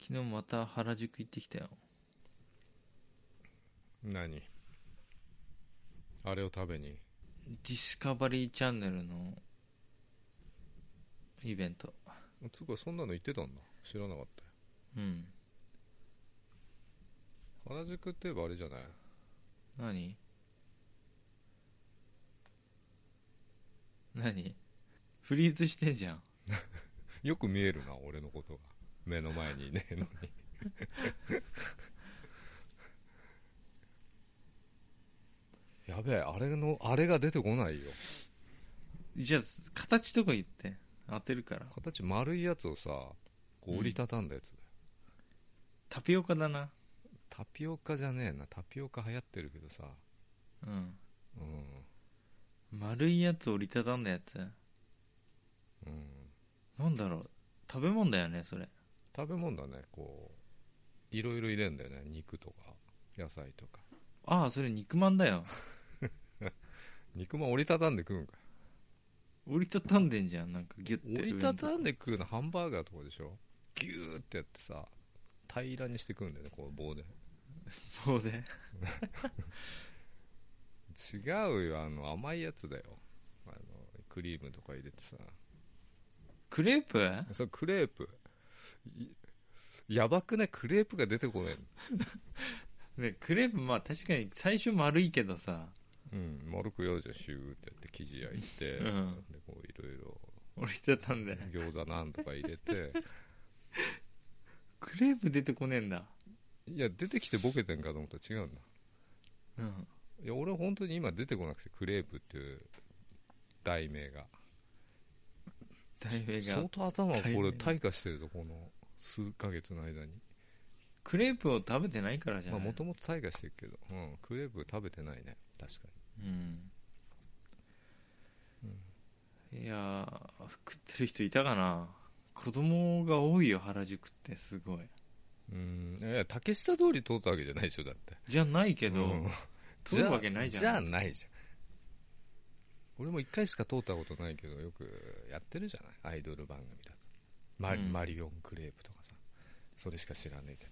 昨日また原宿行ってきたよ何あれを食べにディスカバリーチャンネルのイベントつうかそんなの言ってたんだ知らなかったようん原宿って言えばあれじゃない 何何フリーズしてんじゃんよく見えるな俺のことが目の前にいねえのに やべえあれのあれが出てこないよじゃあ形とか言って当てるから形丸いやつをさこう折りたたんだやつ、タピオカだなタピオカじゃねえなタピオカ流行ってるけどさうんうん丸いやつ折りたたんだやつうんなんだろう食べ物だよねそれ食べ物だねこういろいろ入れんだよね肉とか野菜とかああそれ肉まんだよ肉まん折りたたんで食うんか折りたたんでんじゃんなんかギュッて折りたた上にんで食うのハンバーガーとかでしょギューってやってさ平らにして食うんだよねこう棒で棒で違うよあの甘いやつだよあのクリームとか入れてさクレープそれクレープいやばくないクレープが出てこないのねクレープまあ確かに最初丸いけどさうん丸くやるじゃんシューってやって生地焼いて、うんでこういろいろ折りたたんで餃子なんとか入れてクレープ出てこねえんだいや出てきてボケてんかと思ったら違うんだうんいや俺本当に今出てこなくてクレープっていう題名が題名が相当頭これ題名が退化してるぞこの数ヶ月の間にクレープを食べてないからじゃまなあい、もともと退化してるけど、うん、クレープ食べてないね確かうんいやー食ってる人いたかな子供が多いよ原宿ってすごいにうんいや竹下通り通ったわけじゃないでしょだってじゃないけど、うん 通るわけないじゃんじゃあないじゃん俺も一回しか通ったことないけどよくやってるじゃないアイドル番組だとマ,、うんマリオンクレープとかさそれしか知らねえけど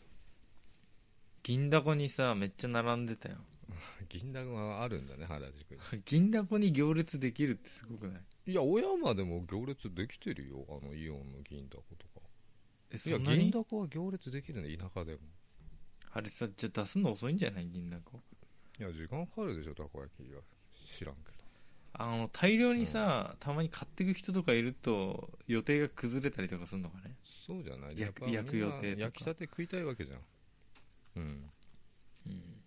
銀だこにさめっちゃ並んでたよ銀だこがあるんだね原宿に銀だこに行列できるってすごくないいや小山でも行列できてるよあのイオンの銀だことかえいそやんなに銀だこは行列できるね田舎でもあれさじゃあ出すの遅いんじゃない銀だこいや時間かかるでしょたこ焼きが知らんけどあの大量にさ、たまに買ってく人とかいると予定が崩れたりとかするのかねそうじゃない焼く焼く予定とか焼きたて食いたいわけじゃんうんうん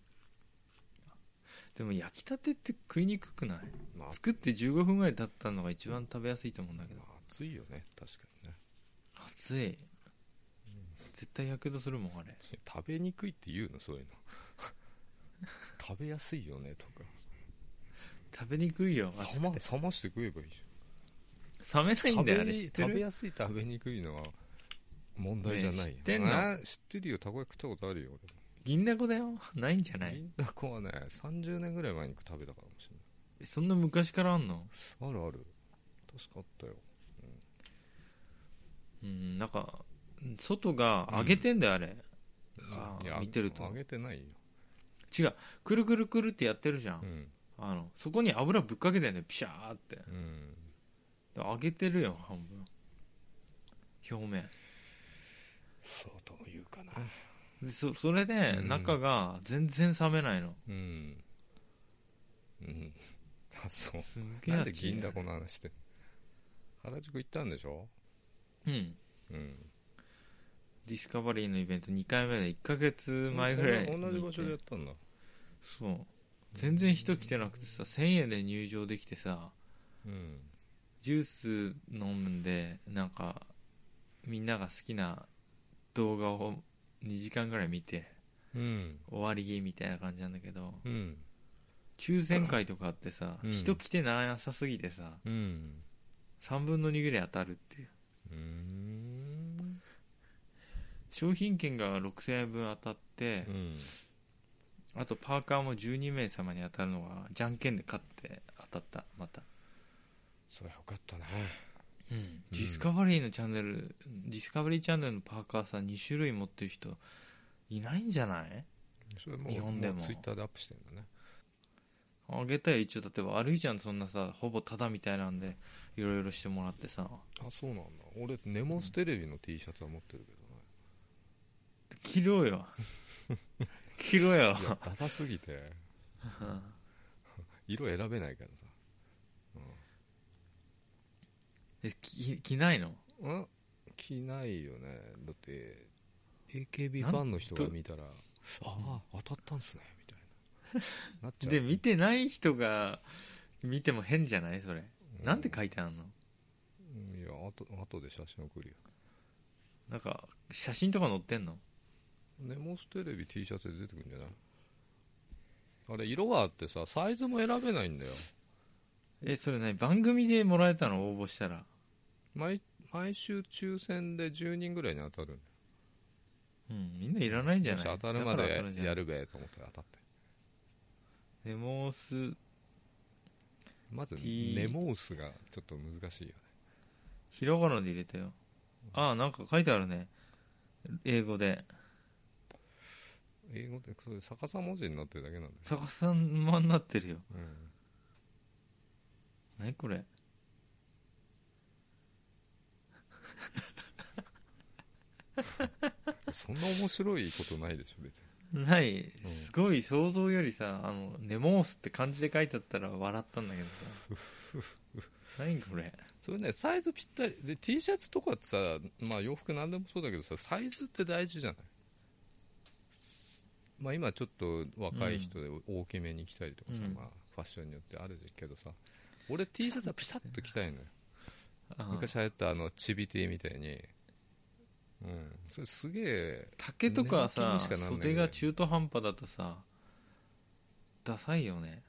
でも焼きたてって食いにくくないまあ作って15分ぐらい経ったのが一番食べやすいと思うんだけどまあ暑いよね確かにね熱い絶対やけどするもんあれいや食べにくいって言うのそういうの食べやすいよねとか食べにくいよ熱冷ま冷まして食えばいいじ冷めなゃいんん食だよあべれ知って食べるやすい食べにくいのは問題じゃないねえよ、知ってんのあー知ってるよたこ焼き食ったことあるよ銀だこだよないんじゃな俺いも銀だこはね30年ぐらい前に食べたかもしれないえそんな昔からあんのあるある確かあったようんなんか外が揚げてんだよあれ、あーいや見てると揚げてないよ、違うくるくるくるってやってるじゃん、うんあのそこに油ぶっかけてんだよピシャーってうん、で揚げてるよ半分表面そうとも言うかなでそそれでうん中が全然冷めないの、うんうん あそうすんげえなん熱でい銀だこの話してんの原宿行ったんでしょうんうんディスカバリーのイベント2回目で1ヶ月前ぐらいに行って同じ場所でやったんだそう全然人来てなくてさ1000円で入場できてさうんジュース飲んでなんかみんなが好きな動画を2時間ぐらい見てうん終わりみたいな感じなんだけどうん抽選会とかあってさ、うん人来てなさすぎてさうん3分の2ぐらい当たるっていううーん商品券が6000円分当たって、うんあとパーカーも12名様に当たるのがじゃんけんで勝って当たったまたそりゃよかったねうん、ディスカバリーのチャンネル、ディスカバリーチャンネルのパーカーさ2種類持ってる人いないんじゃないそれもう日本でもツイッターでアップしてんだねあげたよ一応例えば歩いちゃんそんなさほぼタダみたいなんでいろいろしてもらってさあそうなんだ俺ネモステレビの T シャツは持ってるけど着ろ よ着ろよね、いや ダサすぎて色選べないからさえき着ないのうん着ないよねだって AKB ファンの人が見たらああ当たったんすねみたい ななっちゃうで見てない人が見ても変じゃないそれうなんて書いてあるのうんいやあと後で写真送るよなんか写真とか載ってんのネモステレビ T シャツで出てくるんじゃないあれ色があってさサイズも選べないんだよえそれ何番組でもらえたの応募したら毎毎週抽選で10人ぐらいに当たるんうんみんないらないんじだゃよないもし当たるまだから当たるでじゃやんるべと思って当たってネモースまず T ネモースがちょっと難しいよねひらがなで入れたよああなんか書いてあるね英語で英語ってそれ逆さ文字になってるだけなんだよ、逆さまになってるようん何これそんな面白いことないでしょ別にないうんすごい想像よりさあのネモースって漢字で書いてあったら笑ったんだけど さ何これそれねサイズぴったりで T シャツとかってさ、まあ、洋服なんでもそうだけどさサイズって大事じゃない、まあ、今ちょっと若い人で大きめに着たりとかさ、うんまあ、ファッションによってあるけどさ俺 T シャツはピタッと着たいのよああ昔流行ったあのチビティみたいにうんそれすげえ竹とか寝さ巻きにしかなんないんだよ袖ねが中途半端だとさダサいよね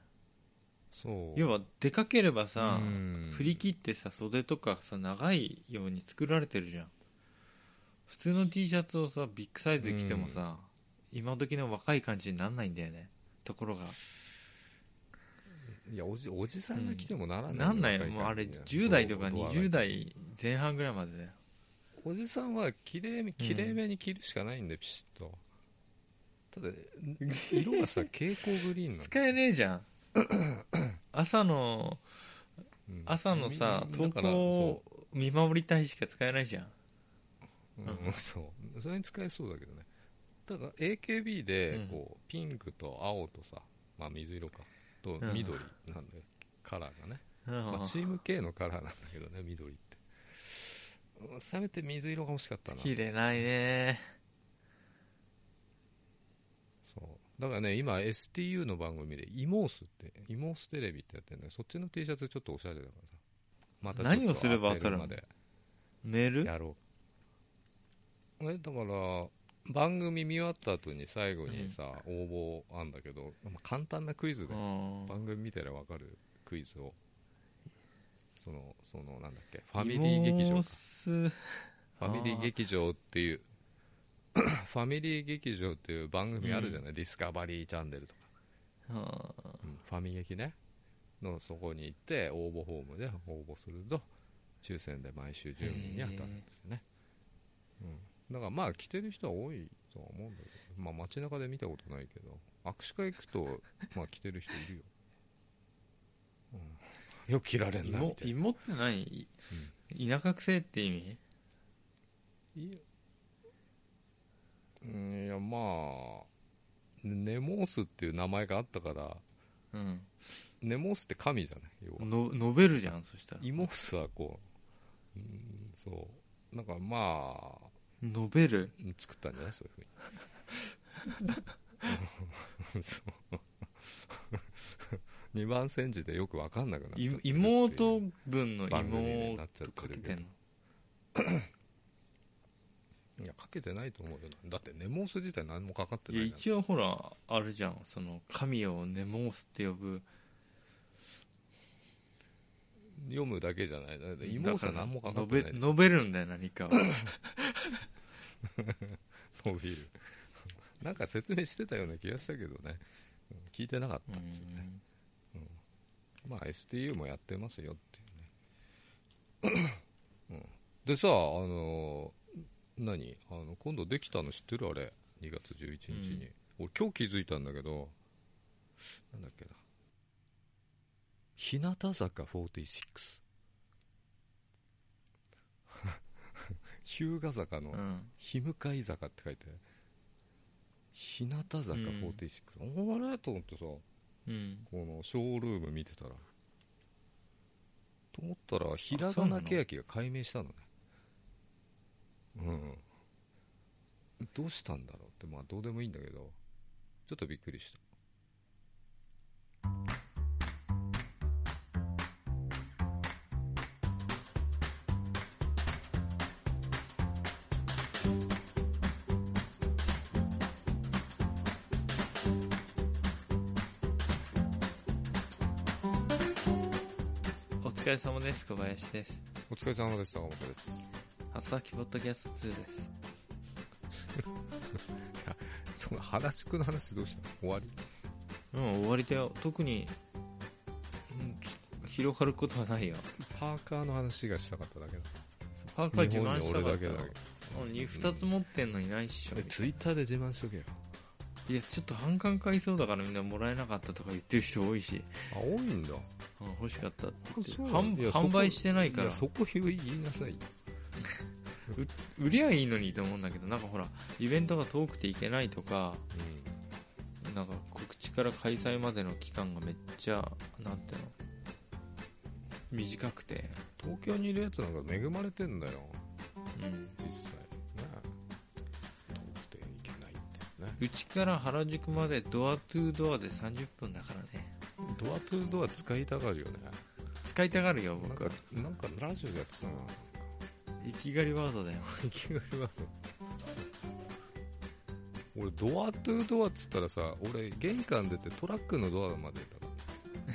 そう要はでかければさ、うん振り切ってさ袖とかさ長いように作られてるじゃん普通の T シャツをさビッグサイズで着てもさ、今時の若い感じになんないんだよねところがいやおじおじさんが着てもならない、なんないよ若もうあれ感じには10代とかどうどうあがい20代前半ぐらいまでだよおじさんはきれいめきれいめに着るしかないんで、ピシッとただ色 がさ蛍光グリーンなの、使えねえじゃ ん朝のうん朝のさみ投だから稿を見守りたいしか使えないじゃん そう,、うん、そうそれに使えそうだけどねただ AKB でこう、ピンクと青とさ、まあ、水色かとうん緑なんだよ、カラーがね、うんまあ、チーム系のカラーなんだけどね緑ってうんせめて水色が欲しかったな切れないねそうだからね今 STU の番組でイモースってイモーステレビってやってるねそっちの T シャツちょっとおしゃれだからさまたちょっと何をすればアップルまでメールやろうえだから番組見終わった後に最後にさ、応募あんだけど、まあ簡単なクイズでうん番組見たらわかるクイズをそのそのなんだっけファミリー劇場イモかスファミリー劇場っていう ファミリー劇場っていう番組あるじゃない、ディスカバリーチャンネルとかあーうんファミ劇ねのそこに行って応募フォームで応募すると抽選で毎週10人に当たるんですよね、うん、だからまあ来てる人は多いとは思うんだけど、まあ、街中で見たことないけど握手会行くと まあ来てる人いるよ、うん、よく着られんな芋みたいな芋って何、田舎くせえって意味いやうんいやまあネモースっていう名前があったからうんネモースって神じゃない要はの述べるじゃんそしたらイモースはこう、うん、そう、なんかまあ、述べる作ったんじゃないそういうふうに。そう。 二番煎じでよくわかんなくなっちゃいってるっていう妹分の番組に芋をなっちゃってかけるてけんのど。いや、かけてないと思うよな。だってネモース自体何もかかっていなやいじゃん。一応ほらあるじゃんその神をネモースって呼ぶ読むだけじゃない。だってイモースは何もかかってな述いじべゃん。述べるんだよ何 かを伸びる。 なんか説明してたような気がしたけどね。うん聞いてなかったっつって。まあ STU もやってますよっていうねでさあの何あの今度できたの知ってるあれ2月11日に、俺今日気づいたんだけどなんだっけな日向坂46 日向坂のうん日向井坂って書いて日向坂46、あれと思ってさこうんのショールーム見てたらと思ったらひらがなけやきが解明したのねうんどうしたんだろうってまあどうでもいいんだけどちょっとびっくりしたお疲れ様です小林ですお疲れ様です坂本です初先ポッドキャスト2ですその原宿の話どうしたの終わうりん終わりだよ特に、うんち広がることはないよパーカーの話がしたかっただけだパーカー日自本慢にした俺かだったけだけど2つ持ってんのにないっしょ、えツイッターで自慢しとけよいやちょっと反感買いそうだからみんなもらえなかったとか言ってる人多いし、あ多いんだうん、欲しかったって言ってそうなの販いやそこ販売してないかいらやそこ言いなさいよ売りゃいいのにと思うんだけどなんかほらイベントが遠くて行けないとかなんか告知から開催までの期間がめっちゃなんていうの短くて東京にいるやつなんか恵まれてんだようん実際ね遠くて行けないってねうちから原宿までドアトゥードアで30分だからねドアトゥードア使いたがるよね使いたがるよなん僕かなんかラジオでやってたな生きがりワードだよいきなります俺ドアトゥードアっつったらさ俺玄関出てトラックのドアまでだから、うん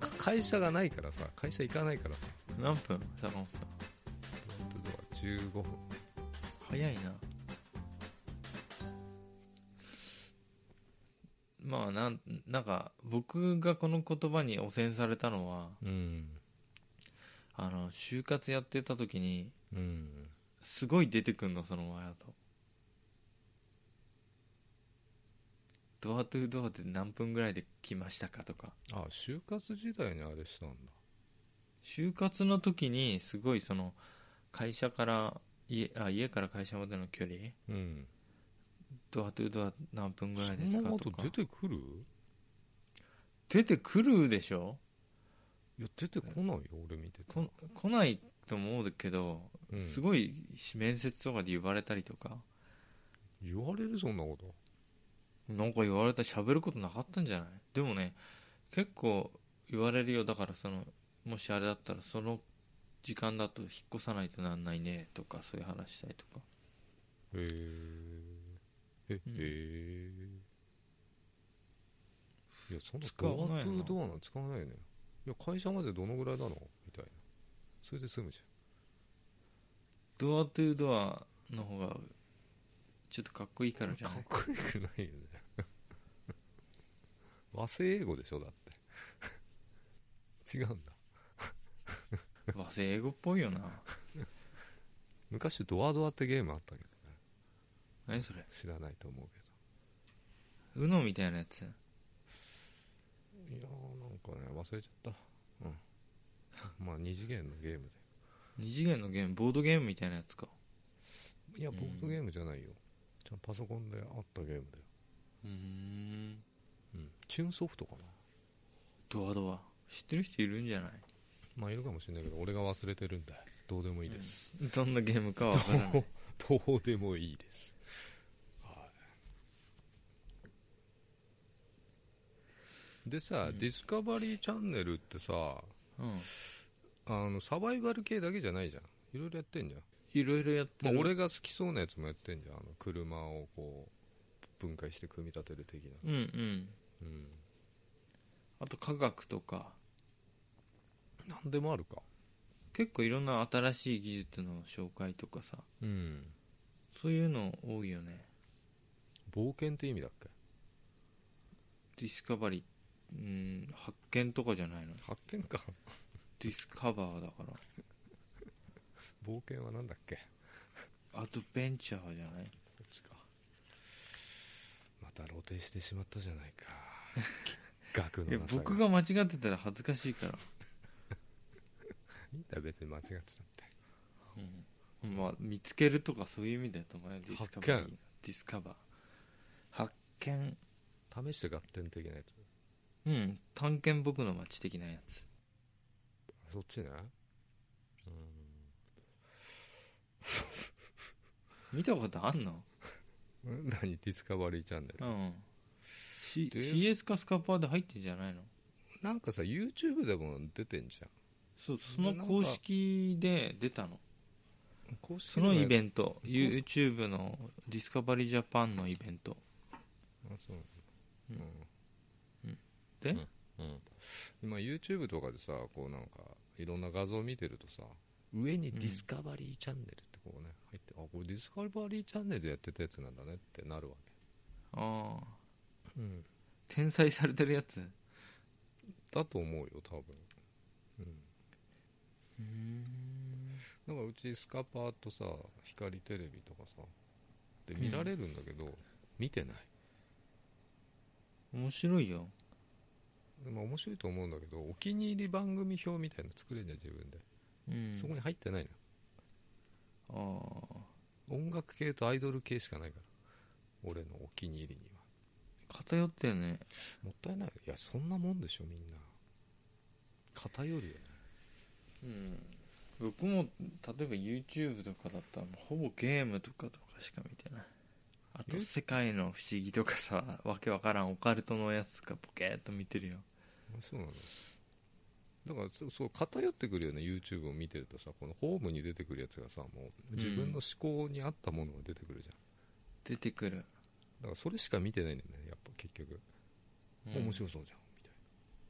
か会社がないからさ会社行かないからさ何分坂本さんドアトゥードア15分早いなまあなんなんか僕がこの言葉に汚染されたのはうんあの就活やってた時にうんすごい出てくんのそのワードドアトゥードアで何分ぐらいで来ましたかとかあ就活時代にあれしたんだ就活の時にすごいその会社から家あ家から会社までの距離うんドアトゥードア何分ぐらいでそすんかなこととか出てくる出てくるでしょいや出てこないよ俺見てて、こ来ないと思うけど、うんすごい面接とかで言われたりとか言われるそんなことなんか言われたら喋ることなかったんじゃないでもね結構言われるよだからそのもしあれだったらその時間だと引っ越さないとなんないねとかそういう話したりとかへーえへうんえ、いやそんな使わドないアなトゥードアなんて使わないよねいや会社までどのぐらいなのみたいなそれで済むじドアトゥードアの方がちょっとかっこいいかゃらんじゃかなっいこよくないよね 和製英語でしょだって違うんだ和製英語っぽいよな昔ドアドアってゲームあったけどね何それ知らないと思うけど UNO みたいなやついやーなんかね忘れちゃったうんまあ二次元のゲーム二次元のゲームボードゲームみたいなやつかでいやうんボードゲームじゃないよ、ちゃんとパソコンであったゲームだよ、うーんうん、チューンソフトかなドアドア知ってる人いるんじゃないまあいるかもしれないけど俺が忘れてるんだどうでもいいです、どんなゲームかは分からなどういどうでもいいですはいでさ、うんディスカバリーチャンネルってさうんあのサバイバル系だけじゃないじゃんいろいろやってんじゃんいろいろやってまある、、俺が好きそうなやつもやってんじゃんあの車をこう分解して組み立てる的な、うんうんうん、あと科学とか何でもあるか結構いろんな新しい技術の紹介とかさうんそういうの多いよね冒険って意味だっけディスカバリーうん発見とかじゃないの発見かディスカバーだから冒険はなんだっけアドベンチャーじゃないそっちかまた露呈してしまったじゃない かきっいやのなさ僕が間違ってたら恥ずかしいから、いいんだ別に間違ってたってうんまあ、見つけるとかそういう意味だと思うよディスカバー発見ディスカバー発見試して合点的なやつうん探検僕の街的なやつそっちねうん見たことあんのん何ディスカバリーチャンネうルん、C、で CS かスカパーで入ってんじゃないのなんかさ YouTube でも出てんじゃそうその公式で出たのん公式そのイベンント YouTube のディスカバリージャパンのイベントトあそうううんん、で、んうん、今 YouTube とかでさこうなんかいろんな画像を見てるとさ上にうんディスカバリーチャンネルってこうね入ってあこれディスカバリーチャンネルでやってたやつなんだねってなるわああけ、うん、転載されてるやつだと思うよ多分うんうんなんかうちスカパーとさ光テレビとかさで見られるんだけど、見てない面白いよでも面白いと思うんだけどお気に入り番組表みたいなの作れんじゃん自分で、うんそこに入ってないああの音楽系とアイドル系しかないから俺のお気に入りには偏ってるねもったいないいやそんなもんでしょみんな偏るよねうん僕も例えば YouTube とかだったらもうほぼゲームとかとかしか見てないあとえ世界の不思議とかさわけわからんオカルトのやつとかポケーっと見てるよあそうなのだからそうそう偏ってくるよね YouTube を見てるとさこのホームに出てくるやつがさもう自分の思考に合ったものが出てくるじゃん、出てくる、だからそれしか見てないんだよねやっぱ結局、うん面白そうじゃんみたいな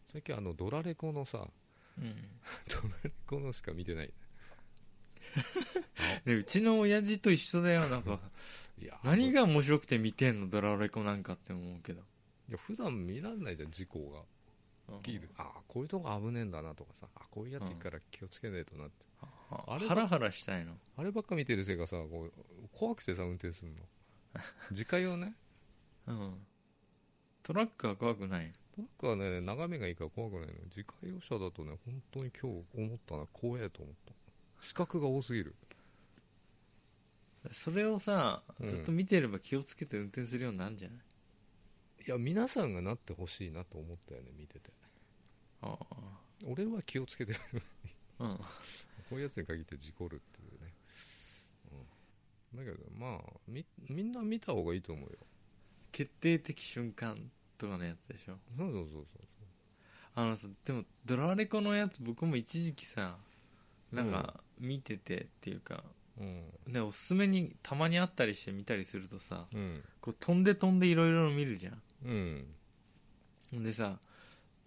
最近あのドラレコのさうんドラレコのしか見てないねでうちの親父と一緒だよなん かいや何いが面白くて見てんのドラレコなんかって思うけどや普段見らんないじゃん事故が起きるああこういうとこ危ねえんだなとかさあこういうやついるから気をつけないとなってああれハラハラしたいのあればっか見てるせいかさこう怖くてさ運転 するの自家用ねうんトラックは怖くない僕はね眺めがいいから怖くないの自家用車だとね本当に今日思ったな怖えと思った視覚が多すぎるそれをさうんずっと見てれば気をつけて運転するようになるんじゃない、いや皆さんがなってほしいなと思ったよね見ててあ俺は気をつけてる あうんこういうやつに限って事故るっていうね、うん、だけどまあみみんな見た方がいいと思うよ決定的瞬間とかのやつでしょそうそうそうそうあのさでもドラレコのやつ僕も一時期さなんか見ててっていうか、うんねおすすめにたまにあったりして見たりするとさうんこう飛んで飛んでいろいろ見るじゃんうんほんでさ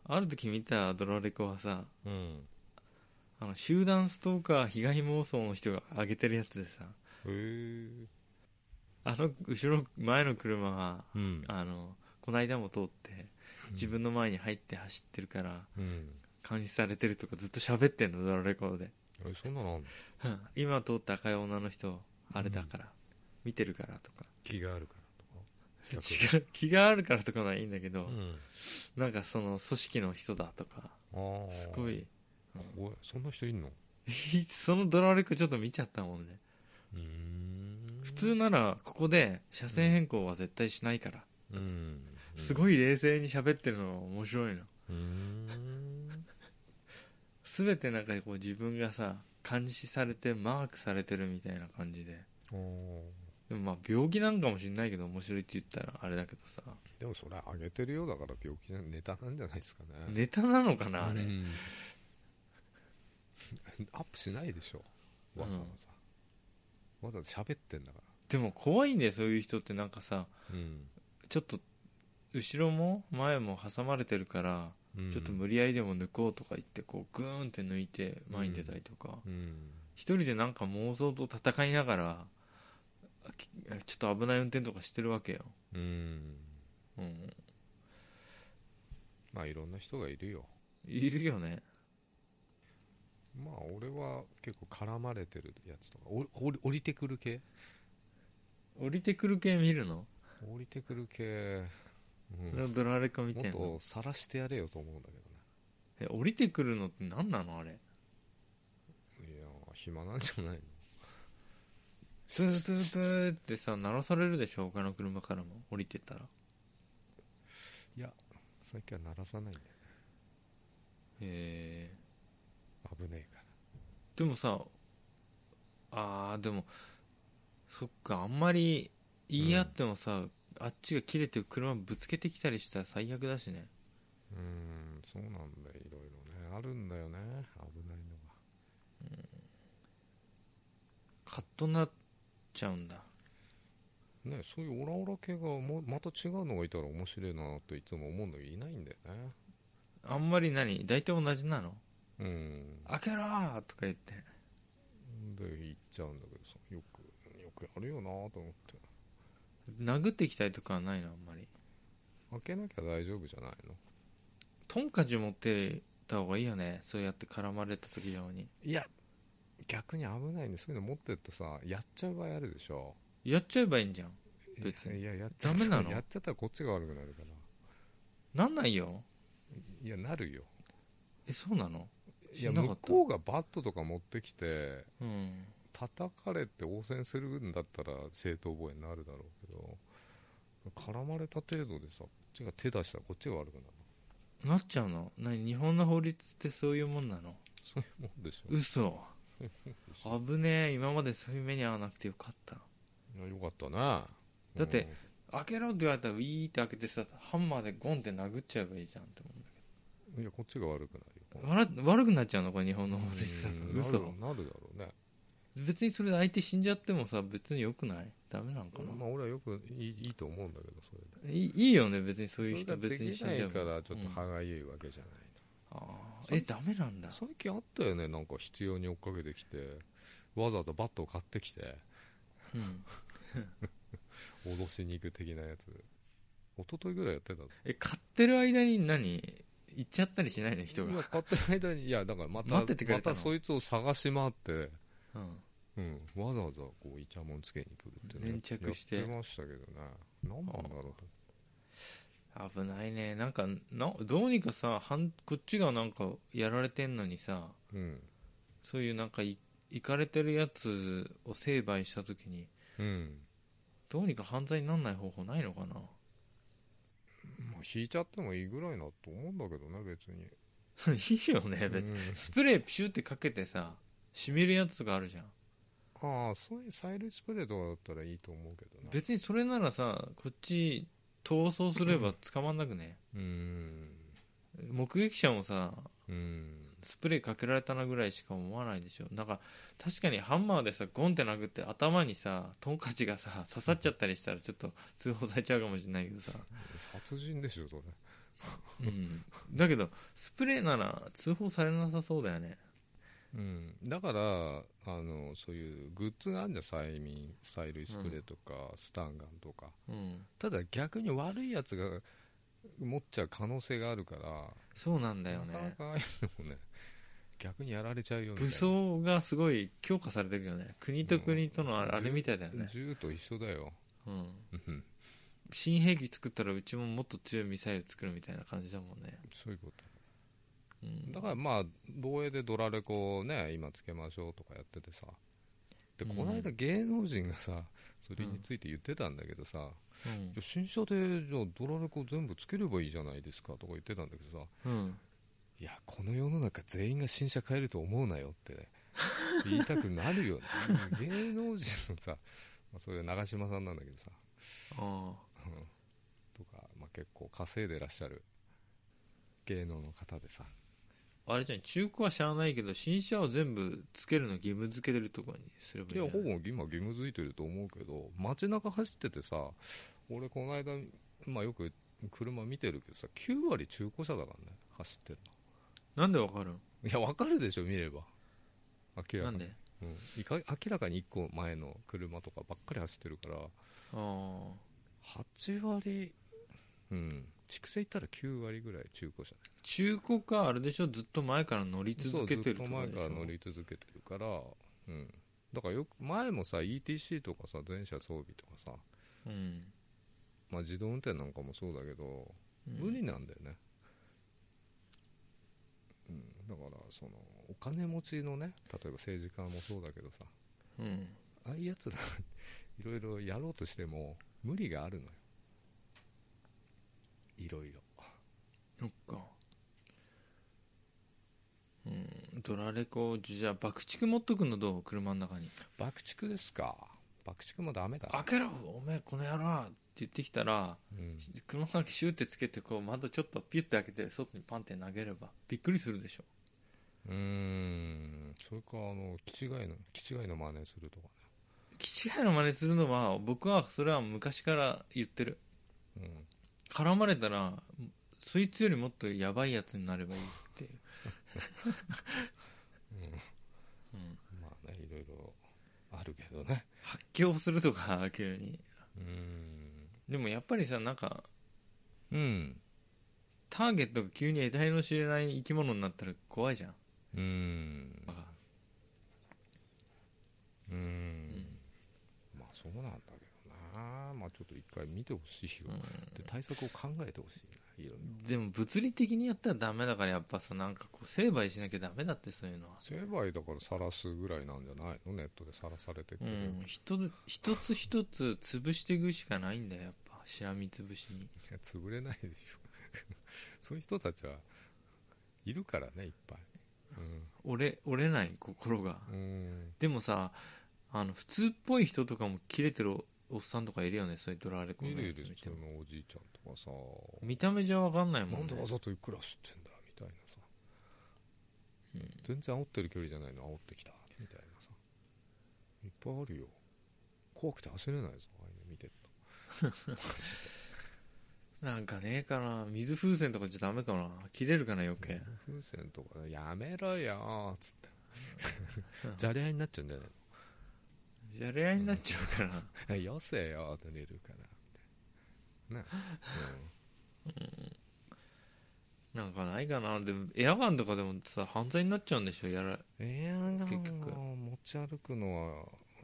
ある時見たドラレコはさうんあの集団ストーカー被害妄想の人が上げてるやつでさへえあの後ろ前の車がうんあのこの間も通って自分の前に入って走ってるからうん監視されてるとかずっと喋ってんのドラレコでえそんなのあんのうん今通った赤い女の人あれだから、見てるからとか気があるから とか違う気があるからとかならいいんだけど、うんなんかその組織の人だとかああすごい 怖いそんな人いんのそのドラレコちょっと見ちゃったもんねうん普通ならここで車線変更は絶対しないから、うんすごい冷静に喋ってるの面白いのうん全てなんかこう自分がさ監視されてマークされてるみたいな感じであーでもまあ病気なんかもしんないけど面白いって言ったらあれだけどさでもそれ上げてるようだから病気じゃネタなんじゃないですかねネタなのかなあれ、うん アップしないでしょわざわざ、わざわざ喋ってんだかでも怖いんだよそういう人ってなんかさら、うんちょっと後ろも前も挟まれてるから、ちょっと無理やりでも抜こうとか言ってこうグーンって抜いて前に出たりとか、うん一人でなんか妄想と戦いながらあきちょっと危ない運転とかしてるわけよ、うんうん、まあいろんな人がいるよいるよねまあ俺は結構絡まれてるやつとかおおり降りてくる系降りてくる系見るの、降りてくる系、うんそれはドラレコ見てんのもっと晒してやれよと思うんだけどえ降りてくるのって何なのあれねいや暇なんじゃないのブーブーブーってさ鳴らされるでしょ他の車からも降りてたらいや最近は鳴らさないんだよねへえ危ねえからでもさあーでもそっかあんまり言い合ってもさ、あっちが切れて車ぶつけてきたりしたら最悪だしねうーんそうなんだよいろいろねあるんだよね危ないのがカッとなっちゃうんだね、そういうオラオラ系がもまた違うのがいたら面白いなといつも思うんだけどいないんだよねあんまり何大体同じなのうん開けろーとか言ってで行っちゃうんだけどさよくよくやるよなと思って殴ってきたりとかはないのあんまり開けなきゃ大丈夫じゃないのトンカチ持ってた方がいいよねそうやって絡まれた時用にいや逆に危ないねそういうの持ってるとさやっちゃう場合あるでしょやっちゃえばいいんじゃん別にいやいややっちゃったダメなのやっちゃったらこっちが悪くなるからなんないよいやなるよえそうなのいやしなか向ったこうがバットとか持ってきてうん叩かれて応戦するんだったら正当防衛になるだろうけど絡まれた程度でさこっちが手出したらこっちが悪くなるなっちゃうの何日本の法律ってそういうもんなのそういうもんでしょ嘘でしょ危ねえ今までそういう目に遭わなくてよかったいやよかったなだって、開けろって言われたらウィーって開けてさハンマーでゴンって殴っちゃえばいいじゃんって思うんだうんいやこっちが悪くなるよけど悪悪くなっちゃうのこれ日本の法律だうんと嘘なるなるだろうね別にそれで相手死んじゃってもさ別によくないダメなんかな、まあ俺はよくいいいいと思うんだけどそれでいいいいよね別にそういうそれ人がで別に死きんなじゃいうからちょっとうん歯がゆいわけじゃないあーえダメなんだの、最近あったよねなんか必要に追っかけてきてわざわざバットを買ってきてうん、脅しに行く的なやつ一昨日ぐらいやってたのえ買ってる間に何行っちゃったりしないの人いやが、買ってる間にいやだからまた待っててくれまたのたそいつを探し回って、うん、うん、わざわざこうイチャモンつけに来るっていうの粘着してやってましたけどね何なんだろうと危ないねなんかなどうにかさはんこっちがなんかやられてんのにさうんそういうなんかいいかれてるやつを成敗した時にうんどうにか犯罪にならない方法ないのかな まあ引いちゃってもいいぐらいなと思うんだけどね別にいいよね別に、スプレーピシュってかけてさ染みるやつとかあるじゃんうんああそういう催涙スプレーとかだったらいいと思うけどね別にそれならさこっち逃走すれば捕まんなくねうん目撃者もさうんスプレーかけられたなぐらいしか思わないでしょだから確かにハンマーでさゴンって殴って頭にさトンカチがさ刺さっちゃったりしたらちょっと通報されちゃうかもしれないけどさ、殺人でしょそれうん、だけどスプレーなら通報されなさそうだよねうん、だからあのそういうグッズがあるじゃん催眠催涙スプレーとか、スタンガンとかうんただ逆に悪いやつが持っちゃう可能性があるからそうなんだよなかなねかああいうのもね逆にやられちゃうよみたい武な装がすごい強化されてるよね国と国とのあれ,、うんあれみたいだよね、銃と一緒だようん、うん新兵器作ったらうちももっと強いミサイル作るみたいな感じだもんね、そういうこうんとだからまあ防衛でドラレコをね今つけましょうとかやっててさでうんこの間芸能人がさそれについて言ってたんだけどさ、うんいや新車でじゃあドラレコ全部つければいいじゃないですかとか言ってたんだけどさうん、いやこの世の中全員が新車買えると思うなよっ て、ね、言いたくなるよね芸能人のさ、まあ、それは長嶋さんなんだけどさああとか、まあ、結構稼いでらっしゃる芸能の方でさあれじゃん中古はしゃあないけど新車を全部つけるの義務付けてるとこにすればいいいやんじゃほないぼ今義務付いてると思うけど街中走っててさ俺この間、まあ、よく車見てるけどさ9割中古車だからね走ってるなんでわかるんのいやわかるでしょ見れば明ならかんにでうんいか明らかに1個前の車とかばっかり走ってるからああ8割うん筑西行ったら9割ぐらい中古車ね中古かあれでしょずっと前から乗りそ続うけてるずとっとこ前でしかょら乗り続けてるから、うん、だからよく前もさ ETC とかさ全車装備とかさ、うん、まあ、自動運転なんかもそうだけど、うん無理なんだよね、うん、だからそのお金持ちのね例えば政治家もそうだけどさうんああいうやつら いろいろやろうとしても無理があるのよいろいろそっかうんドラレコじゃあ爆竹持っとくのどう車の中に爆竹ですか爆竹もダメだ開けろおめえこの野郎って言ってきたらうん、車の中にシューってつけてこう窓ちょっとピュッて開けて外にパンって投げればびっくりするでしょうーんそれかあの気違いの気違いの真似するとか気違いの真似するのは僕はそれは昔から言ってるね絡まれたらそいつよりもっとやばいやつになればいいっていう、うん、うん、うん、まあねいろいろあるけどね発狂するとか急にうーんでもやっぱりさなんかうんターゲットが急に得体の知れない生き物になったら怖いじゃんうーんバカうーんんまあそうなんだけどなまあちょっと一回見てほしいよ、で対策を考えてほしいないろいろでも物理的にやったらダメだからやっぱさなんかこう成敗しなきゃダメだってそういうのは成敗だから晒すぐらいなんじゃないのネットで晒されてくうる、ん一つ一つ一つ潰していくしかないんだよやっぱしらみ潰しにいや潰れないでしょ そういう人たちはいるからねいっぱい折れ折れない心がうん、うん、でもさあの普通っぽい人とかも切れてるおおっさんとかいるよねそういうドラレコのいるやいつる見普て通ものおじいちゃんとかさ見た目じゃわかんないもなんんねでわざといくら知ってんだみたいなさうん全然煽ってる距離じゃないの煽ってきたみたいなさいっぱいあるよ怖くて走れないぞああいうの見てるとマジでなんかねえかな水風船とかじゃダメかな切れるかな余計風船とかねやめろよーっつって じゃれ合いになっちゃうんじゃないじゃれ合いになっちゃうからのえよせよーって寝るから みたいなね、なんかないかなでもエアガンとかでもさ犯罪になっちゃうんでしょやらうん、エアガ結ン局を持ち歩くのは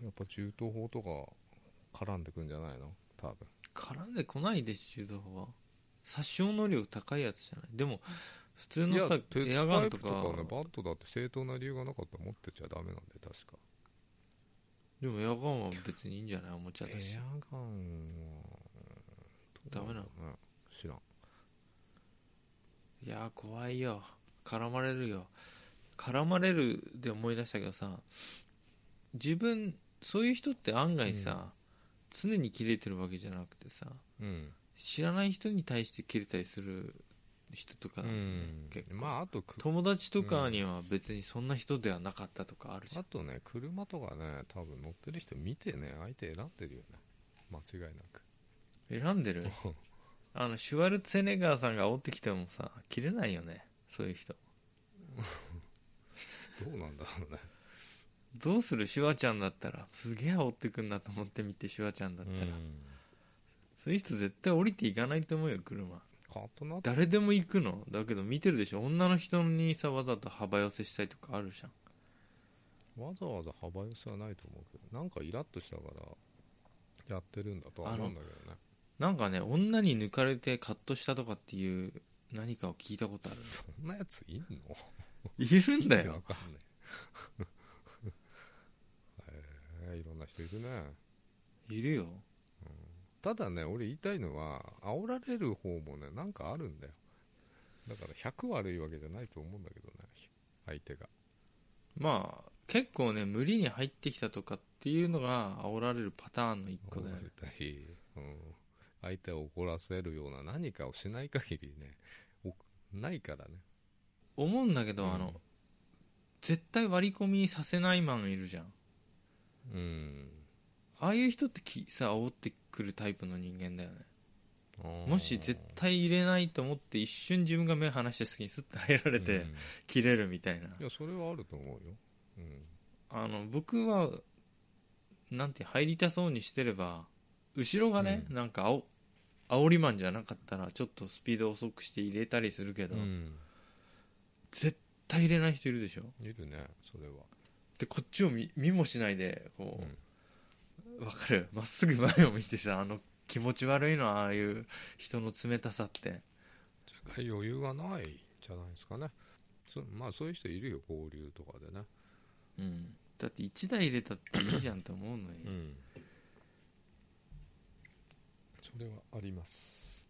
やっぱ銃刀法とか絡んでくんじゃないの多分絡んでこないでしょ道は殺傷能力高いやつじゃないでも普通のさ鉄エアガパンイとプかとかねバットだって正当な理由がなかったら持ってちゃダメなんで確かでもエアガンは別にいいんじゃないおもちゃだしエアガンはダメなのどうだろうね知らんいやー怖いよ絡まれるよ絡まれるで思い出したけどさ自分そういう人って案外さ、常にキレてるわけじゃなくてさうん、知らない人に対してキレたりする人とかうなんだよね、ん結、構まああとく友達とかには別にそんな人ではなかったとかあるし、あとね車とかね多分乗ってる人見てね相手選んでるよね間違いなく選んでるあのシュワルツェネッガーさんが煽ってきてもさキレないよねそういう人どうなんだろうねどうするシュワちゃんだったらすげえ煽ってくんだと思って見てシュワちゃんだったら、うんそういう人絶対降りていかないと思うよ車カートなって誰でも行くのだけど見てるでしょ女の人にさわざと幅寄せしたりとかあるじゃんわざわざ幅寄せはないと思うけどなんかイラッとしたからやってるんだとは思うんだけどねなんかね女に抜かれてカットしたとかっていう何かを聞いたことある そんなやついんのいるんだわよかんないへえいろんな人いるねいるよただね俺言いたいのは煽られる方もねなんかあるんだよだから100悪いわけじゃないと思うんだけどね相手がまあ結構ね無理に入ってきたとかっていうのが煽られるパターンの一個怒だらよれたり、うん、相手を怒らせるような何かをしない限りねおないからね思うんだけど、うんあの絶対割り込みさせないマンいるじゃんうんああいう人ってきさ煽ってくるタイプの人間だよねあーもし絶対入れないと思って一瞬自分が目離した隙にスッと入られて、うん切れるみたいないやそれはあると思うよ、うん、あの僕はなんて入りたそうにしてれば後ろがね、うんなんか煽煽りマンじゃなかったらちょっとスピード遅くして入れたりするけど、うん絶対入れない人いるでしょいるねそれはでこっちを見見もしないでこうんう、わかるまっすぐ前を見てさあの気持ち悪いのああいう人の冷たさって若干余裕がないんじゃないですかねそまあそういう人いるよ交流とかでねうんだって1台入れたっていいじゃんと思うのに、んそれはあ ります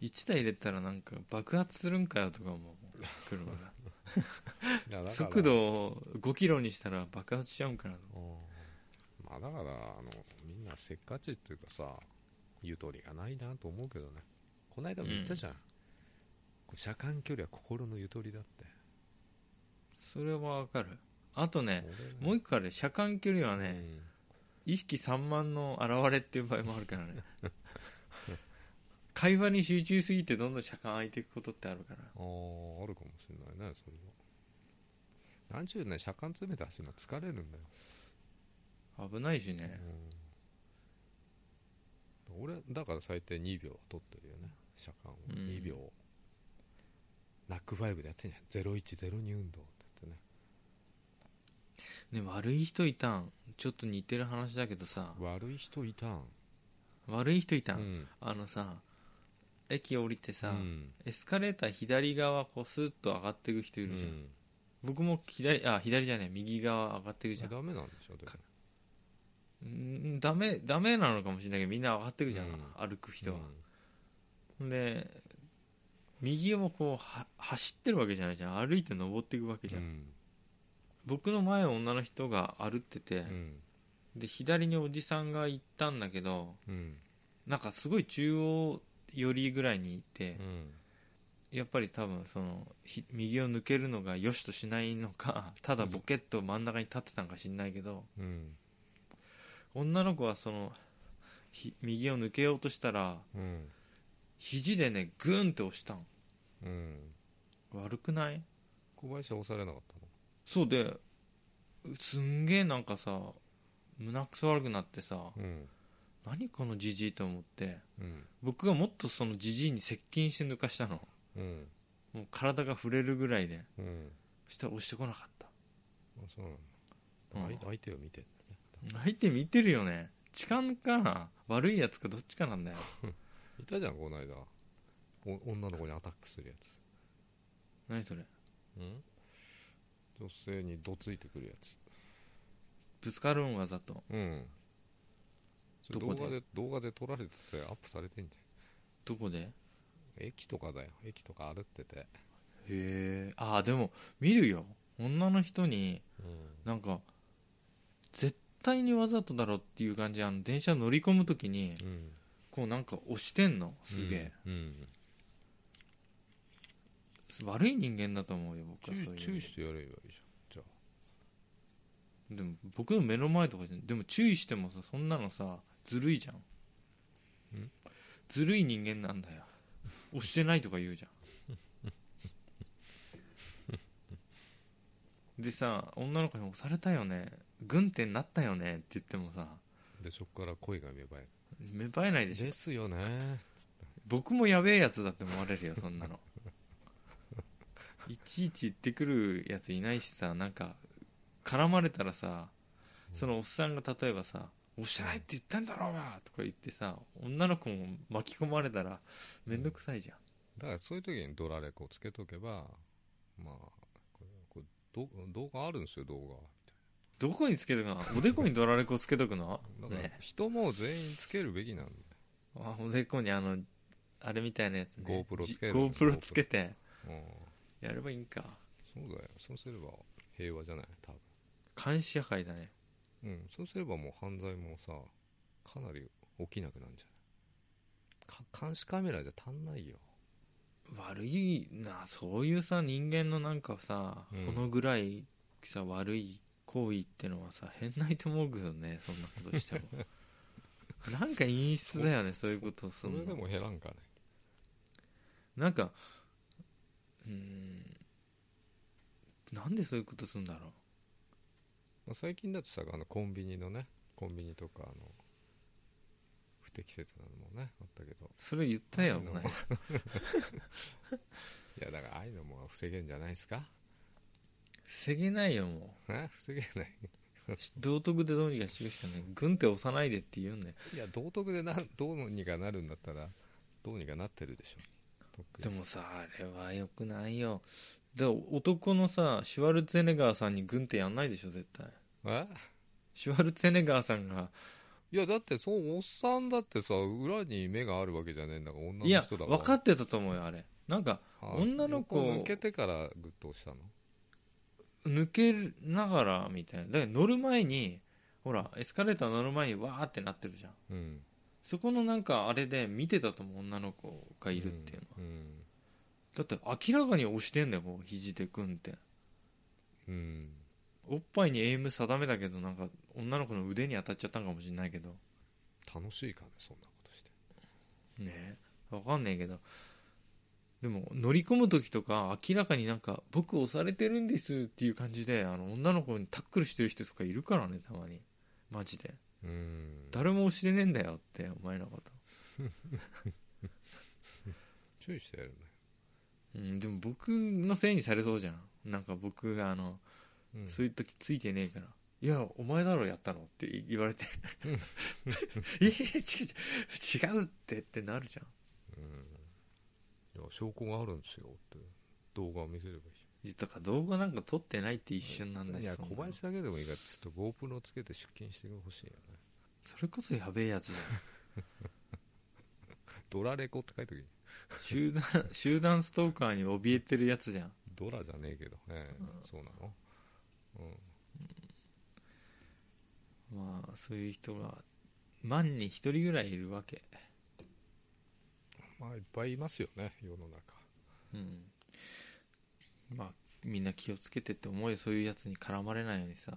1台入れたらなんか爆発するんかよとか思う 車がいやだから速度を5キロにしたら爆発しちゃうんかなとうんまあだからあのみんなせっかちっていうかさゆとりがないなと思うけどねこないだも言ったじゃん、こう車間距離は心のゆとりだってそれはわかるあとねそれはもう一個ある車間距離はね、うん意識散漫の表れっていう場合もあるからね会話に集中すぎてどんどん車間空いていくことってあるからあああるかもしれないねそれは何十年車間詰めて走るのは疲れるんだよ、危ないしねうん、俺だから最低2秒は取ってるよね車間をうん2秒、ナックファイブでやってんじゃん0102運動って言ってねね悪い人いたんちょっと似てる話だけどさ悪い人いたん悪い人いたん、うんあのさ駅降りてさ、うんエスカレーター左側こうスーッと上がっていく人いるじゃん、うん僕も左あ左じゃない右側上がっていくじゃんダメなんでしょでもかうんダメダメなのかもしれないけどみんな上がっていくじゃん、うん歩く人は、で右をこうは走ってるわけじゃないじゃん歩いて登っていくわけじうゃん、ん僕の前を女の人が歩ってて、うんで左におじさんが行ったんだけどうんなんかすごい中央寄りぐらいにいて、うんやっぱり多分そのひ右を抜けるのがよしとしないのかただボケっと真ん中に立ってたんか知んないけどうん女の子はそのひ右を抜けようとしたらうん肘でねグーンって押したんうん悪くない小林は押されなかったのそうですんげえなんかさ胸くそ悪くなってさうん何このじじいと思ってうん僕がもっとそのじじいに接近して抜かしたのうんもう体が触れるぐらいでうんそしたら押してこなかったあそうなんだうん相相手を見てんだね相手見てるよね痴漢かな悪いやつかどっちかなんだよいたじゃんこの間お女の子にアタックするやつ何それうん女性にどついてくるやつぶつかるんわざとうんそれどこ動で画で動画で撮られててアップされてんじどこでへゃん駅とかだよ駅とか歩っててえああでも見るよ女の人にうんなんか絶対にわざとだろっていう感じであの電車乗り込むときにうんこうなんか押してんのすげえ、、うん悪い人間だと思うよ僕はそういう注の意注意してやればいいじでも僕の目の前とかじゃんでも注意してもさそんなのさずるいじゃんんずるい人間なんだよ押してないとか言うじゃんでさ女の子に押されたよね軍手になったよねって言ってもさゃんでそこから恋が芽生え芽生えないるでしょですよね僕もやべえやつだって思われるよそんなのいちいち言ってくるやついないしさなんか絡まれたらさそのおっさんが例えばさ「押してないって言ったんだろうが!」とか言ってさ女の子も巻き込まれたらめんどくさいじゃん、だからそういう時にドラレコつけとけばまあこれこれど動画あるんですよ動どこにつけとくのおでこにドラレコつけとくの画だからね人も全員つけるべきなんだよ、あおでこにあのあれみたいなやつ、ね、 GoPro じつける GoPro つけてうん、やればいいんかそうだよそうすれば平和じゃない多分監視社会だねうん、そうすればもう犯罪もさかなり起きなくなるんじゃないか監視カメラじゃ足んないよ悪いなそういうさ人間のなんかさ、うんこのぐらいさ悪い行為ってのはさ変ないと思うけどねそんなこと してもなんか陰湿だよねそういうことすそんれでのも減らんかねなんかうーんなんでそういうことすんだろまあ最近だとさあのコンビニのねコンビニとかあの不適切なのもねあったけどそれ言ったよ、この間いやだからああいうのも防げんじゃないですか防げないよ、も。え防げないう道徳でどうにかしていくしかない。軍手押さないでって言うんだよ。いや道徳でなどうにかなるんだったらどうにかなってるでしょとっくにでもさ、あれは良くないよ。で男のさ、シュワルツェネガーさんに軍手やんないでしょ、絶対。えシュワルツェネガーさんが、いやだってそうおっさんだってさ裏に目があるわけじゃねえんだから女いのや、人だから分かってたと思うよ、あれ。なんか、あ女の子横抜けてからグッと押したの抜けながらみたいな。だから乗る前に、ほら、エスカレーター乗る前にわーってなってるじゃん。うんそこのなんかあれで見てたと思う、女の子がいるっていうのは。うんだって明らかに押してんだよ、こう肘で組んで。うんおっぱいにエイム定めだけど、なんか女の子の腕に当たっちゃったんかもしれないけど。楽しいかねそんなことしてねわかんねえけど。でも乗り込む時とか明らかになんか僕押されてるんですっていう感じであの女の子にタックルしてる人とかいるからねたまにマジでうん誰も押してねえんだよってお前のこと注意してやるねうん、でも僕のせいにされそうじゃんなんか僕があの、うんそういう時ついてねえから「いやお前だろやったの」って言わ れて「いやいや違う違う違うって」ってなるじゃんうんいや証拠があるんですよって動画を見せればいいじだから動画なんか撮ってないって一瞬なゃんだんしいやそんな小の林だけでもいいからちょっと GoPro つけて出勤してほしいよねそれこそやべえやつじゃんドラレコって書いてる集団集団ストーカーに怯えてるやつじゃんドラじゃねえけど、ええそうなのうまあそういう人が万に一人ぐらいいるわけんまあいっぱいいますよね世の中うんまあみんな気をつけてって思うよそういうやつに絡まれないようにさ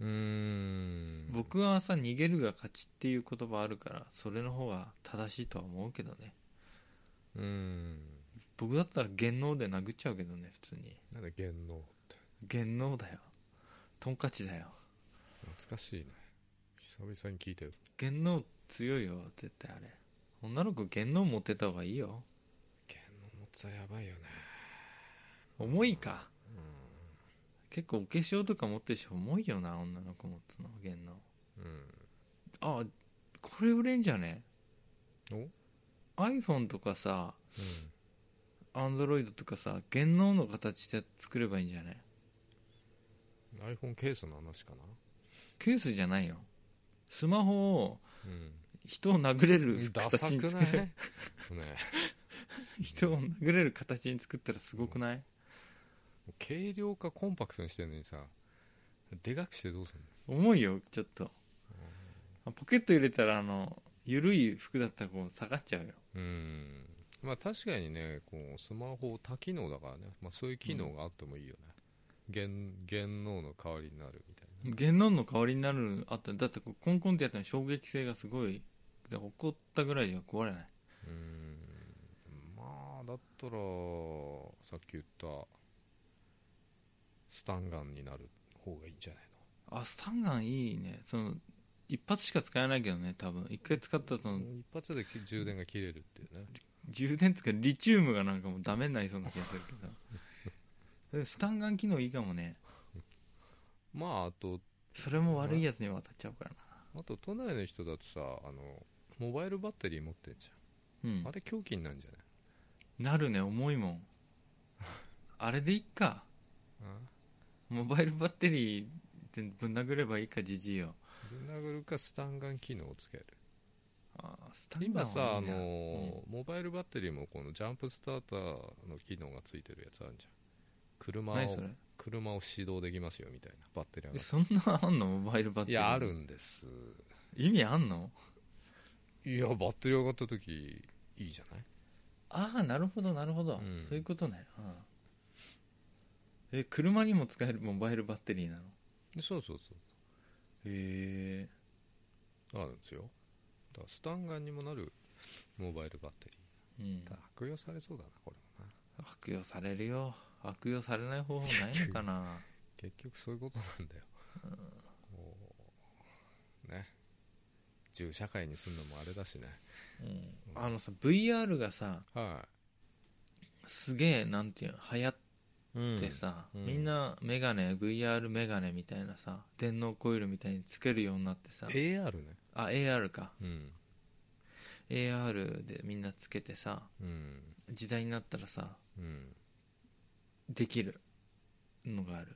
うーん僕はさ逃げるが勝ちっていう言葉あるからそれの方が正しいとは思うけどねうーん僕だったら言能で殴っちゃうけどね普通になんだ言能って言能だよトンカチだよ懐かしいね久々に聞いてる言能強いよ絶対あれ女の子言能持ってた方がいいよ言能持つはやばいよね重いか結構お化粧とか持ってるし重いよな女の子持つの言能うんあこれ売れんじゃねおうん iPhone とかさ Android とかさ言能の形で作ればいいんじゃない iPhone ケースの話かなケースじゃないよスマホをうん人を殴れるダサ形にく作ないる ね人を殴れる形に作ったらすごくない、軽量化コンパクトにしてんのにさでかくしてどうすんの重いよちょっと、あポケット入れたらあの緩い服だったらこう下がっちゃうようんまあ確かにねこうスマホ多機能だからね、まあ、そういう機能があってもいいよね、言言能の代わりになるみたいな言論の代わりになるあっただってこうコンコンってやったら衝撃性がすごいで怒ったぐらいでは壊れないうんまあだったらさっき言ったスタンガンになる方がいいんじゃないあスタンガンいいねその一発しか使えないけどね多分一回使ったらその、の一発でき充電が切れるっていうね充電つうかリチウムがなんかもうダメになりそうな気がするけどスタンガン機能いいかもねまああとそれも悪いやつに渡っちゃうからなあと都内の人だとさあのモバイルバッテリー持ってんじうゃんんあれ凶器になるんじゃないなるね重いもんあれでいっかモバイルバッテリーでぶん殴ればいいかじじいよぶん殴るかスタンガン機能をつけるあースタンガ今ンさ、はあいいのなーモバイルバッテリーもこのジャンプスターターの機能がついてるやつあるじゃん車何をそれ車を始動できますよみたいなバッテリーえがそんなあんのモバイルバッテいリーやあるんです意味あんのいやバッテリー上がった時いいじゃないああなるほどなるほど、うんそういうことね、うん、え車にも使えるモバイルバッテリーなのでそうそうそへえうあるんですよだからスタンガンにもなるモバイルバッテリうんー、だから悪用されそうだなこれもな悪用されるよ悪用されない方法ないのか な結局そういうことなんだよ、こうね中社会にするのもあれだしねうんあのさ VR がさはすげえなんていうの流行っい、うんてさ、うんみんなメガネ VR メガネみたいなさ電脳コイルみたいにつけるようになってさ AR ねあ AR かうん AR でみんなつけてさうん時代になったらさうんできるのがある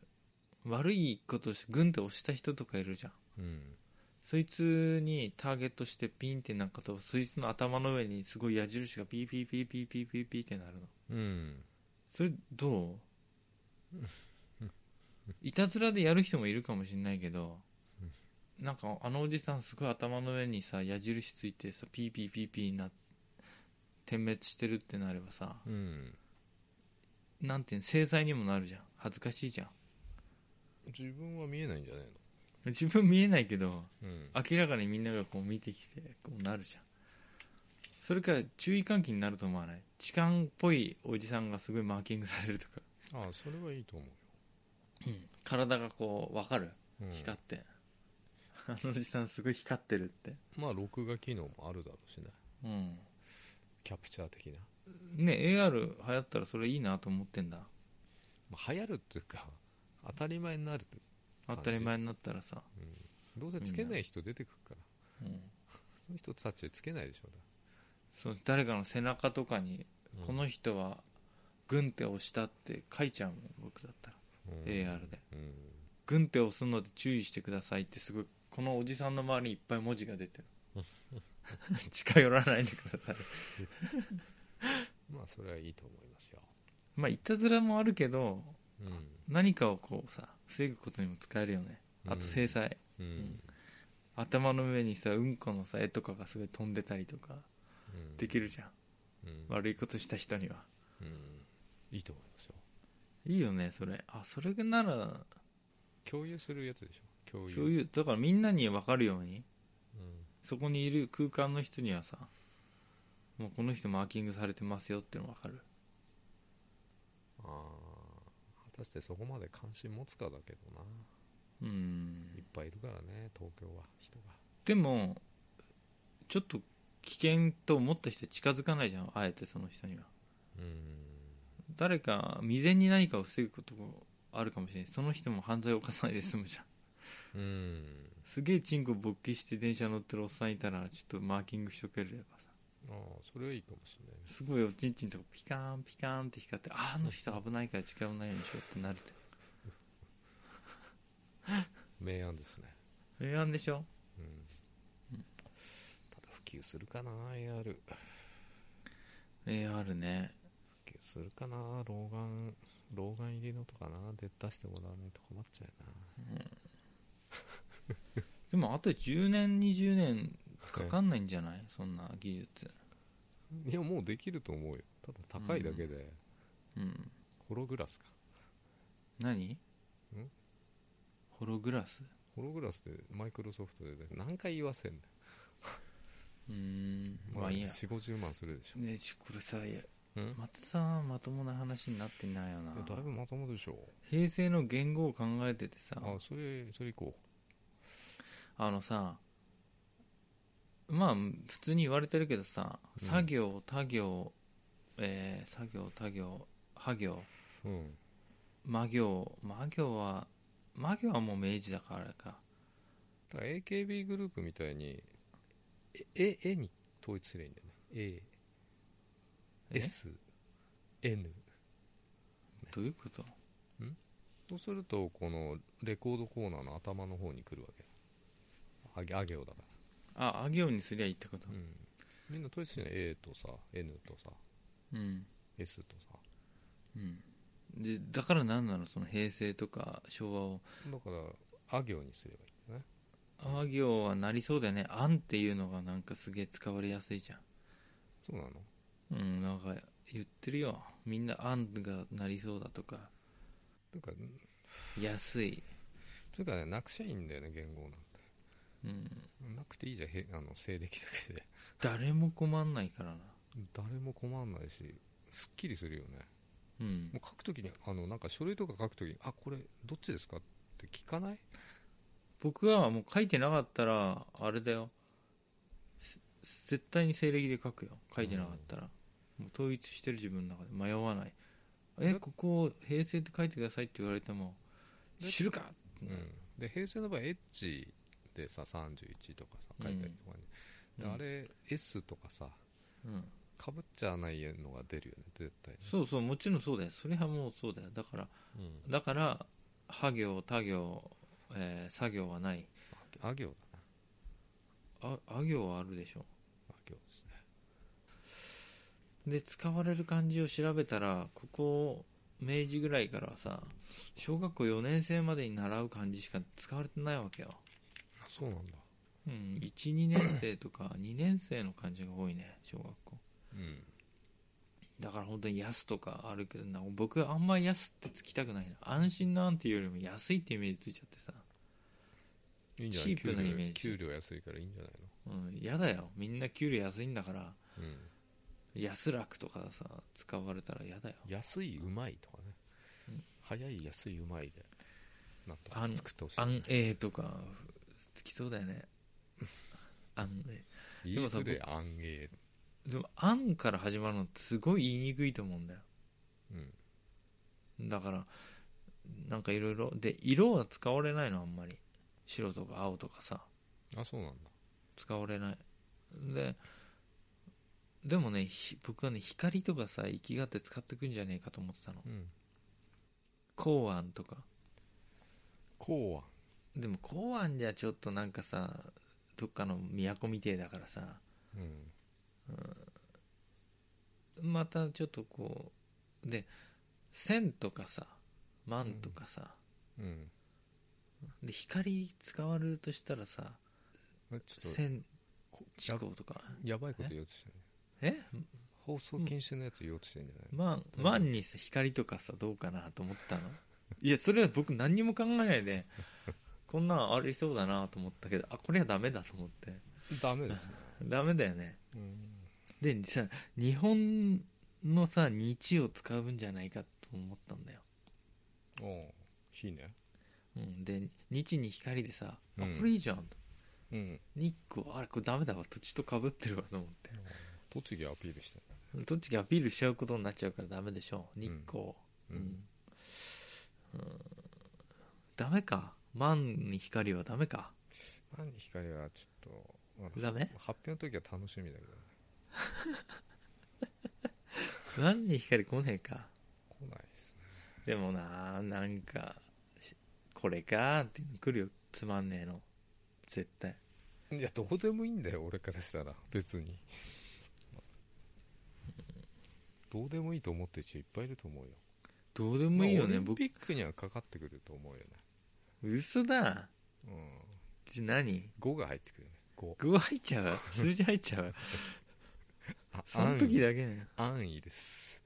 悪いことしてグンって押した人とかいるじゃんうんそいつにターゲットしてピンってなんかとそいつの頭の上にすごい矢印がピーピーピーピーピーピーピーってなるのうんそれどういたずらでやる人もいるかもしれないけどなんかあのおじさんすごい頭の上にさ矢印ついてさピーピーピーピーな点滅してるってなればさうんなんていうの制裁にもなるじゃん恥ずかしいじゃん自分は見えないんじゃないの自分見えないけどうん明らかにみんながこう見てきてこうなるじゃんそれから注意喚起になると思わない痴漢っぽいおじさんがすごいマーキングされるとか、あそれはいいと思体がこう分かるうよ、うん光って、あのおじさんすごい光ってるってまあ録画機能もあるだろうしねうんキャプチャー的な、ね AR 流行ったらそれいいなと思ってんだまあ、流行るっていうか当たり前になる当たり前になったらさ、どうせつけない人出てくるからうん、その人たちつけないでしょそう誰かの背中とかに、うんこの人はグンって押したって書いちゃうもん僕だったら、うん AR でうんグンって押すので注意してくださいってすごいこのおじさんの周りにいっぱい文字が出てる 近寄らないでくださいまあそれはいいと思いますよ、まあいたずらもあるけどうん何かをこうさ防ぐことにも使えるよねあと制裁、うん頭の上にさうんこのさ絵とかがすごい飛んでたりとかうんできるじゃん、うん悪いことした人にはうんいいと思いますよいいよねそれあそれなら共有するやつでしょ共有共有だからみんなに分かるようにうんそこにいる空間の人にはさもうこの人マーキングされてますよっての分かるあー果たしてそこまで関心持つかだけどなういんっぱいいるからね東京は人がでもちょっと危険と思った人は近づかないじゃんあえてその人にはうん誰か未然に何かを防ぐことがあるかもしれないその人も犯罪を犯さないで済むじゃんうんすげえチンコ勃起して電車乗ってるおっさんいたらちょっとマーキングしとければさああそれはいいかもしれないねすごいおちんちんとかピカーンピカーンって光ってああの人危ないから近寄らないようにしようってなるって明暗ですね平安でしょうんただ普及するかな AR えーあるね普及するかな老眼老眼入りのとかなで出してもらわないと困っちゃうなでもあと10年20年かかんないんじゃないそんな技術いやもうできると思うよただ高いだけで、うんホログラスか何ホログラスホログラスでマイクロソフトでね何回言わせんねうーんん、まあいいや4 5 0万するでしょ、ねちこれさいやうん松さんまともな話になってないよないやだいぶまともでしょ平成の言語を考えててさあそれそれ以降あのさまあ普通に言われてるけどさうん作業他行、えー作業他行破行うん魔行魔行は魔行はもう明治だからあれかだから AKB グループみたいにええ絵に統一すればいいんだよねえ ASN どういうことそうするとこのレコードコーナーの頭の方に来るわけあげあげをだかああ行にすりゃいいってことら、うん、みんな統一するの A とさ N とさうん、 S とさうん、でだから何なのその平成とか昭和をだからあ行にすればいいんだよねあ行はなりそうだよね「あん」っていうのがなんかすげえ使われやすいじゃんそうなのうん、なんか言ってるよ。みんな、あんがなりそうだとか、というか安い。つうかねなくちゃいいんだよね言語なんてうん。なくていいじゃんへあの西暦だけで誰も困んないからな。誰も困んないしすっきりするよねうんも。う書くときにあのなんか書類とか書くときにあこれどっちですかって聞かない僕はもう書いてなかったら、あれだよ。絶対に西暦で書くよ書いてなかったら、もう統一してる自分の中で迷わないえだここ平成って書いてくださいって言われてもだ知るかうん、で平成の場合エッジでさ31とかさ書いたりとかね、でうんあれ S とかさうん、かぶっちゃわないのが出るよね絶対そうそうもちろんそうだよそれはもうそうだよだからに、だからは行他行、えー作業はないああ行だなああ行はあるでしょあ行ですねで使われる漢字を調べたらここ明治ぐらいからはさ小学校4年生までに習う漢字しか使われてないわけよそうなんだうん12年生とか2年生の漢字が多いね小学校うんだから本当に安とかあるけどな僕あんま安ってつきたくないな安心なんていうよりも安いってイメージついちゃってさいいんじゃないチープなイメージ給料給料安いからいいんじゃないうん嫌だよみんな給料安いんだからの、うん、安楽とかさ使われたら嫌だよ安いうまいとかね、うん早い安いうまいでなんとか作ってほしいね、安永とかつきそうだよね安永いいずれ安永でも「あん」から始まるのってすごい言いにくいと思うんだようんだからなんかいろいろで色は使われないのあんまり白とか青とかさあそうなんだ使われないででもねひ僕はね光とかさ生きがって使ってくんじゃねえかと思ってたのうん公安とか公安でも公安じゃちょっとなんかさどっかの都みてえだからさうんまたちょっとこうで千とかさ万とかさ、うんで光使われるとしたらさあちょっと千こ地光とかやばいこと言おうとしてるねえ放送禁止のやつ言おうとしてんじゃないの、万万にさ光とかさどうかなと思ったの いやそれは僕何にも考えないでこんなんありそうだなと思ったけどあこれはダメだと思ってダメですね、ダメだよねうん、でさ日本のさ日を使うんじゃないかと思ったんだよ、おういいねうん、で日に光でさあうんこれいいじゃんと、うん日光あれこれダメだわ土地とかぶってるわと思って栃木アピールしてるどっちがアピールしちゃうことになっちゃうからダメでしょ日光、ううんんうんダメか万に光はダメか何光はちょっとあのダメ発表の時は楽しみだけどね万に光来ねえか来ないですねでもななんかしこれかって来るよつまんねえの絶対いやどうでもいいんだよ俺からしたら別にどうでもいいと思ってる人いっぱいいると思うよどうでもいいよねまあオリン僕ピックにはかかってくると思うよね嘘だうんじゃ何5が入ってくるね5具入っちゃう数字入っちゃうあその時だけね安易安易です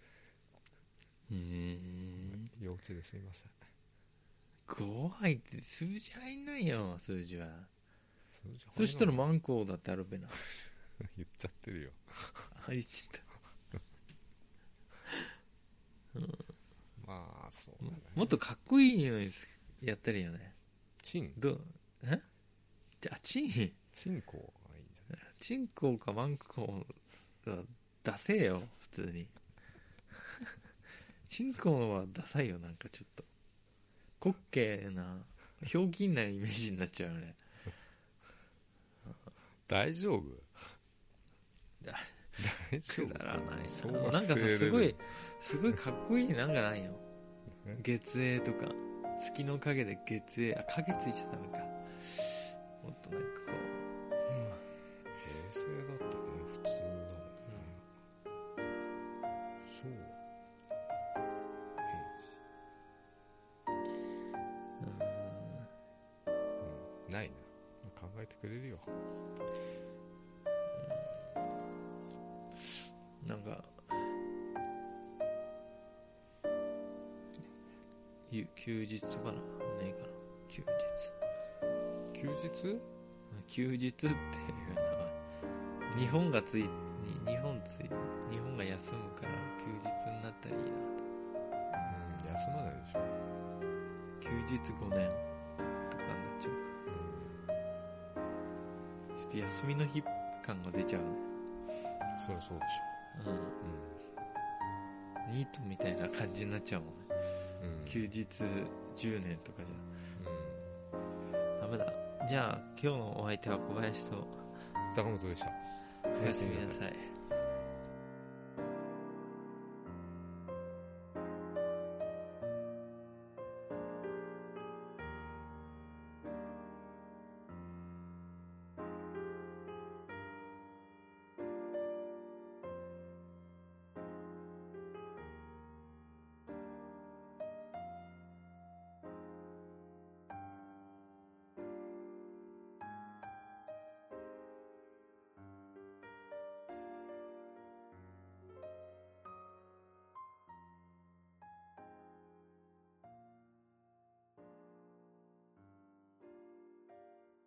うーん幼稚ですいません5入って数字入んないよ数字はそれじゃそしたら入らないマンコウだってあるべな言っちゃってるよあ言っちゃったまあそうだねもっとかっこいいのにやったらいいよねチンどうえじゃあチンチンコがいいんじゃないチンコかマンコは出せよ普通に チンコはダサいよなんかちょっと滑稽なひょうきんなイメージになっちゃうよね大丈夫だ大丈く夫だらない小な学なんかさ生レベルすごいすごいかっこいいなんかないよえ月影とか月の影で月影あ影ついちゃダメかもっとなんかこ平成だったらね普通だもんね、そううう平時うんないな考えてくれるよーんなんかゆ休日とかなねえかな休日休日休日っていうのは日本がついに日本つい日本が休むから休日になったらいいなうん休まないでしょ、休日5年とかになっちゃうかうんちょっと休みの日感が出ちゃうそりゃそうでしょううん、ニートみたいな感じになっちゃうもんね、うんうん休日10年とかじうんゃダメだじゃあ今日のお相手は小林と坂本でしたおやすみなさい